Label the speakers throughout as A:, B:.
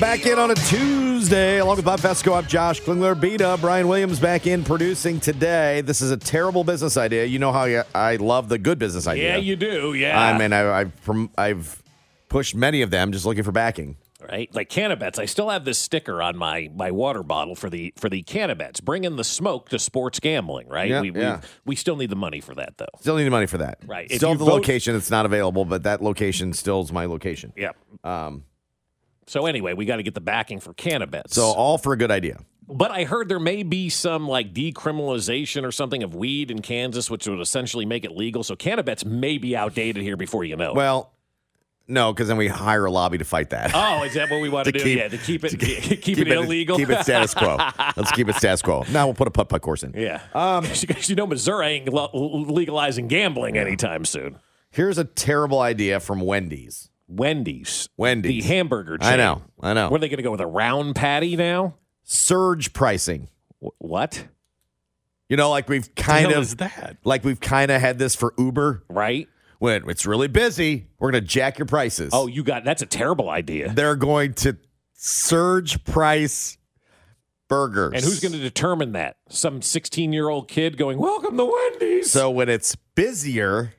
A: Back in on a Tuesday, along with Bob Fesco, I'm Josh Klingler. Beta, Brian Williams back in producing today. This is a terrible business idea. You know how I- I love the good business idea.
B: Yeah, you do. Yeah.
A: I mean, I, I've prom- I've pushed many of them, just looking for backing.
B: right? Like Canabets. I still have this sticker on my my water bottle for the for the Canabets. Bring in the smoke to sports gambling, right?
A: Yeah,
B: we, we,
A: yeah.
B: we still need the money for that though.
A: Still need money for that.
B: Right. If
A: Still
B: you
A: have the
B: vote-
A: location. It's not available, but that location still is my location.
B: Yeah.
A: Um,
B: So anyway, we got to get the backing for Canabets.
A: so all for a good idea.
B: but I heard there may be some like decriminalization or something of weed in Kansas, which would essentially make it legal. So Canabets may be outdated here before you know. it.
A: Well, no, because then we hire a lobby to fight that.
B: oh, is that what we want to, do? yeah, to keep it keep, it, illegal.
A: Keep it status quo. Let's keep it status quo. Now we'll put a putt putt course in.
B: yeah. Because you know Missouri ain't lo- legalizing gambling anytime soon.
A: Here's a terrible idea from Wendy's.
B: Wendy's.
A: Wendy's.
B: The hamburger chain.
A: I know. I know.
B: What are they going to go with a round patty now?
A: Surge pricing.
B: Wh- What?
A: You know, like we've kind
B: hell
A: of
B: is that?
A: like we've kind of had this for Uber.
B: Right?
A: When it's really busy, we're gonna jack your prices.
B: Oh, you got that's a terrible idea.
A: they're going to surge price burgers.
B: And who's going to determine that? Some 16 year old kid going, Welcome to Wendy's.
A: So when it's busier,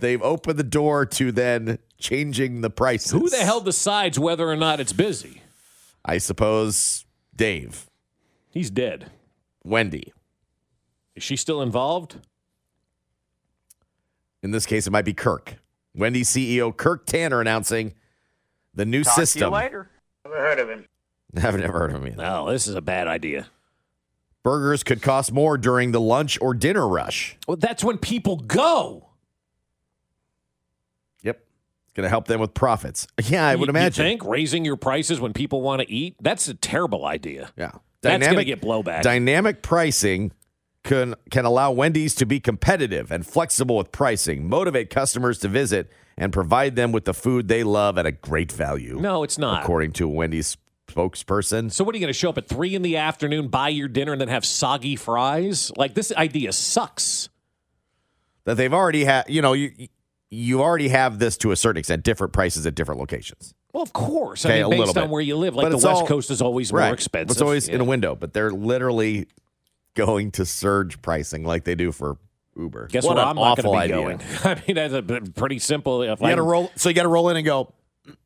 A: they've opened the door to then changing the prices.
B: Who the hell decides whether or not it's busy?
A: I suppose Dave,
B: He's dead.
A: Wendy.
B: Is she still involved?
A: In this case, it might be Kirk. Wendy CEO Kirk Tanner announcing the new system.
C: Never heard of him.
A: I've never heard of him either.
B: No, this is a bad idea.
A: Burgers could cost more during the lunch or dinner rush.
B: Well, that's when people go.
A: Yep. It's going to help them with profits. Yeah, I would imagine.
B: You think raising your prices when people want to eat? That's a terrible idea.
A: Yeah.
B: That's gonna get blowback.
A: Dynamic pricing can can allow Wendy's to be competitive and flexible with pricing, motivate customers to visit, and provide them with the food they love at a great value.
B: No, it's not.
A: According to a Wendy's spokesperson.
B: So what are you going to show up at three in the afternoon, buy your dinner, and then have soggy fries? Like this idea sucks.
A: That they've already had you know, you you already have this to a certain extent, different prices at different locations.
B: Well, of course.
A: Okay,
B: I
A: a
B: mean, based
A: little
B: on
A: bit.
B: where you live,
A: But
B: like the
A: it's
B: West
A: all-
B: Coast is always more expensive.
A: It's always in a
B: Yeah.
A: window, but they're literally going to surge pricing like they do for Uber.
B: Guess
A: what
B: where
A: an
B: I'm not
A: awful
B: going to be
A: idea.
B: going. I mean, that's a p- pretty simple. uh, If
A: You
B: I
A: gotta roll, so you got to roll in and go.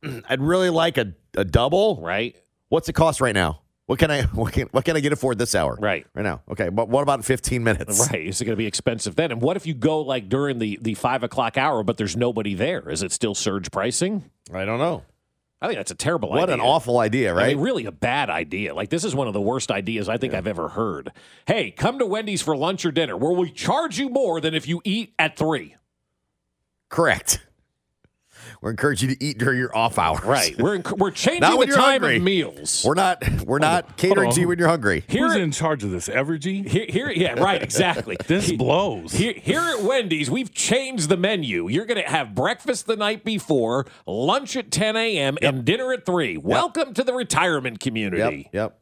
A: I'd really like a, a double.
B: right,
A: What's it cost right now? What can I what can what can I get it for this hour?
B: Right.
A: right now. Okay, but what about fifteen minutes?
B: right. Is it going to be expensive then? And what if you go like during the the five o'clock hour, but there's nobody there? Is it still surge pricing?
A: I don't know.
B: I think that's a terrible
A: What
B: idea.
A: an awful idea,
B: I
A: right?
B: mean, really a bad idea. Like, this is one of the worst ideas I think I've ever heard. Hey, come to Wendy's for lunch or dinner where we charge you more than if you eat at three.
A: Correct. We're encouraging you to eat during your off hours.
B: We're, inc- we're changing
A: Not
B: the
A: when you're
B: time
A: hungry.
B: of meals.
A: We're not we're not catering to you when you're hungry.
B: Here-
D: Who's in charge of this? Evergy?
B: here, here, yeah, right, exactly.
D: This
B: He-
D: blows.
B: Here, here at Wendy's, we've changed the menu. You're going to have breakfast the night before, lunch at 10 a.m., and dinner at 3. Welcome to the retirement community.
A: Yep. Yep.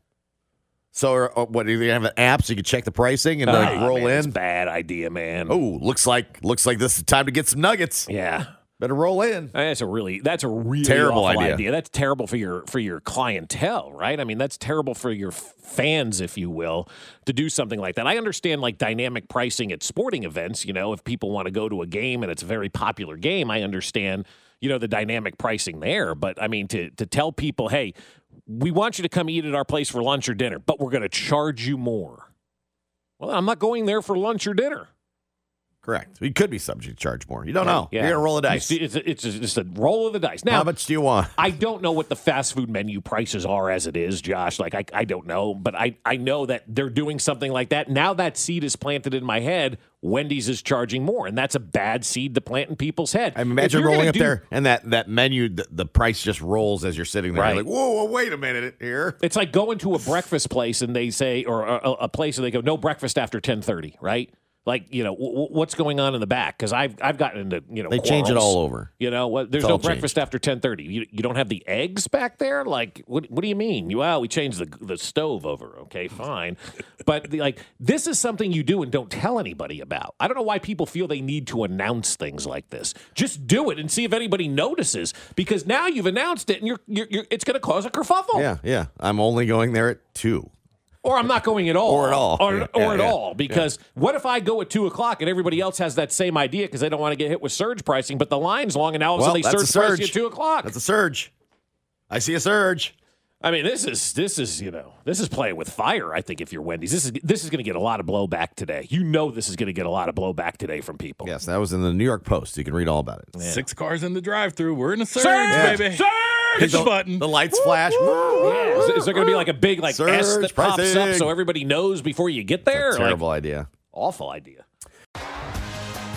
A: So uh, what? Do you have an app so you can check the pricing and like
B: Ah,
A: roll
B: man, it's a
A: in?
B: Bad idea, man.
A: Oh, looks like looks like this is time to get some nuggets.
B: Yeah.
A: Better roll in.
B: Uh, That's a really that's a really
A: Terrible
B: awful
A: idea.
B: That's terrible for your for your clientele, right? I mean, that's terrible for your f- fans, if you will, to do something like that. I understand like dynamic pricing at sporting events. You know, if people want to go to a game and it's a very popular game, I understand. You know the dynamic pricing there, but I mean to to tell people, hey, we want you to come eat at our place for lunch or dinner, but we're going to charge you more. Well, I'm not going there for lunch or dinner.
A: Correct. We could be subject to charge more. You don't know.
B: Yeah.
A: You're gonna roll the dice.
B: It's, it's, it's, it's a roll of the dice. Now,
A: How much do you want?
B: I don't know what the fast food menu prices are as it is, Josh. Like, I, I don't know, but I, I know that they're doing something like that. Now that seed is planted in my head. Wendy's is charging more, and that's a bad seed to plant in people's head.
A: I
B: If
A: imagine
B: you're gonna
A: rolling up
B: do-
A: there and that that menu, the, the price just rolls as you're sitting there.
B: Right.
A: Like, whoa, whoa, wait a minute here.
B: It's like going to a breakfast place and they say, or a, a- a place and they go, no breakfast after ten thirty, right? Like, you know, w- w- what's going on in the back? Because I've I've gotten into you know
A: They change it
B: quarrels.
A: all over.
B: You know, what, there's
A: It's
B: no
A: all
B: breakfast after ten thirty. You, you don't have the eggs back there. Like, what, what do you mean? You well, we changed the the stove over. Okay, fine, but the, like this is something you do and don't tell anybody about. I don't know why people feel they need to announce things like this. Just do it and see if anybody notices. Because now you've announced it, and you're, you're, you're it's going to cause a kerfuffle
A: Yeah, yeah. I'm only going there at two.
B: or I'm not going at all,
A: Or at all.
B: or,
A: Yeah,
B: or
A: yeah,
B: at
A: yeah.
B: all. Because what if I go at two o'clock and everybody else has that same idea because they don't want to get hit with surge pricing, but the line's long and now all of a
A: Well,
B: sudden they
A: that's a
B: surge, pricing
A: surge.
B: at two o'clock.
A: That's a surge. I see a surge.
B: I mean, this is this is you know this is playing with fire. I think if you're Wendy's, this is this is going to get a lot of blowback today. You know, this is going to get a lot of blowback today from people.
A: Yes, that was in the New York Post. You can read all about it.
D: Six cars in the drive-through. We're in a surge,
B: Surge,
D: baby.
B: surge.
D: Hit the button.
A: The lights flash.
B: Yeah. Is, is there going to be like a big like S
A: Surge
B: that pops up
A: pricing.
B: so everybody knows before you get there? Like,
A: Terrible idea.
B: awful idea.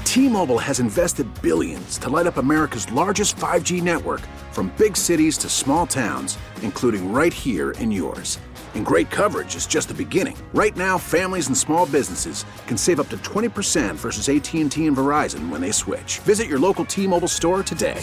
E: T-Mobile has invested billions to light up America's largest 5G network from big cities to small towns, including right here in yours. And great coverage is just the beginning. Right now, families and small businesses can save up to 20% versus AT&T and Verizon when they switch. Visit your local T-Mobile store today.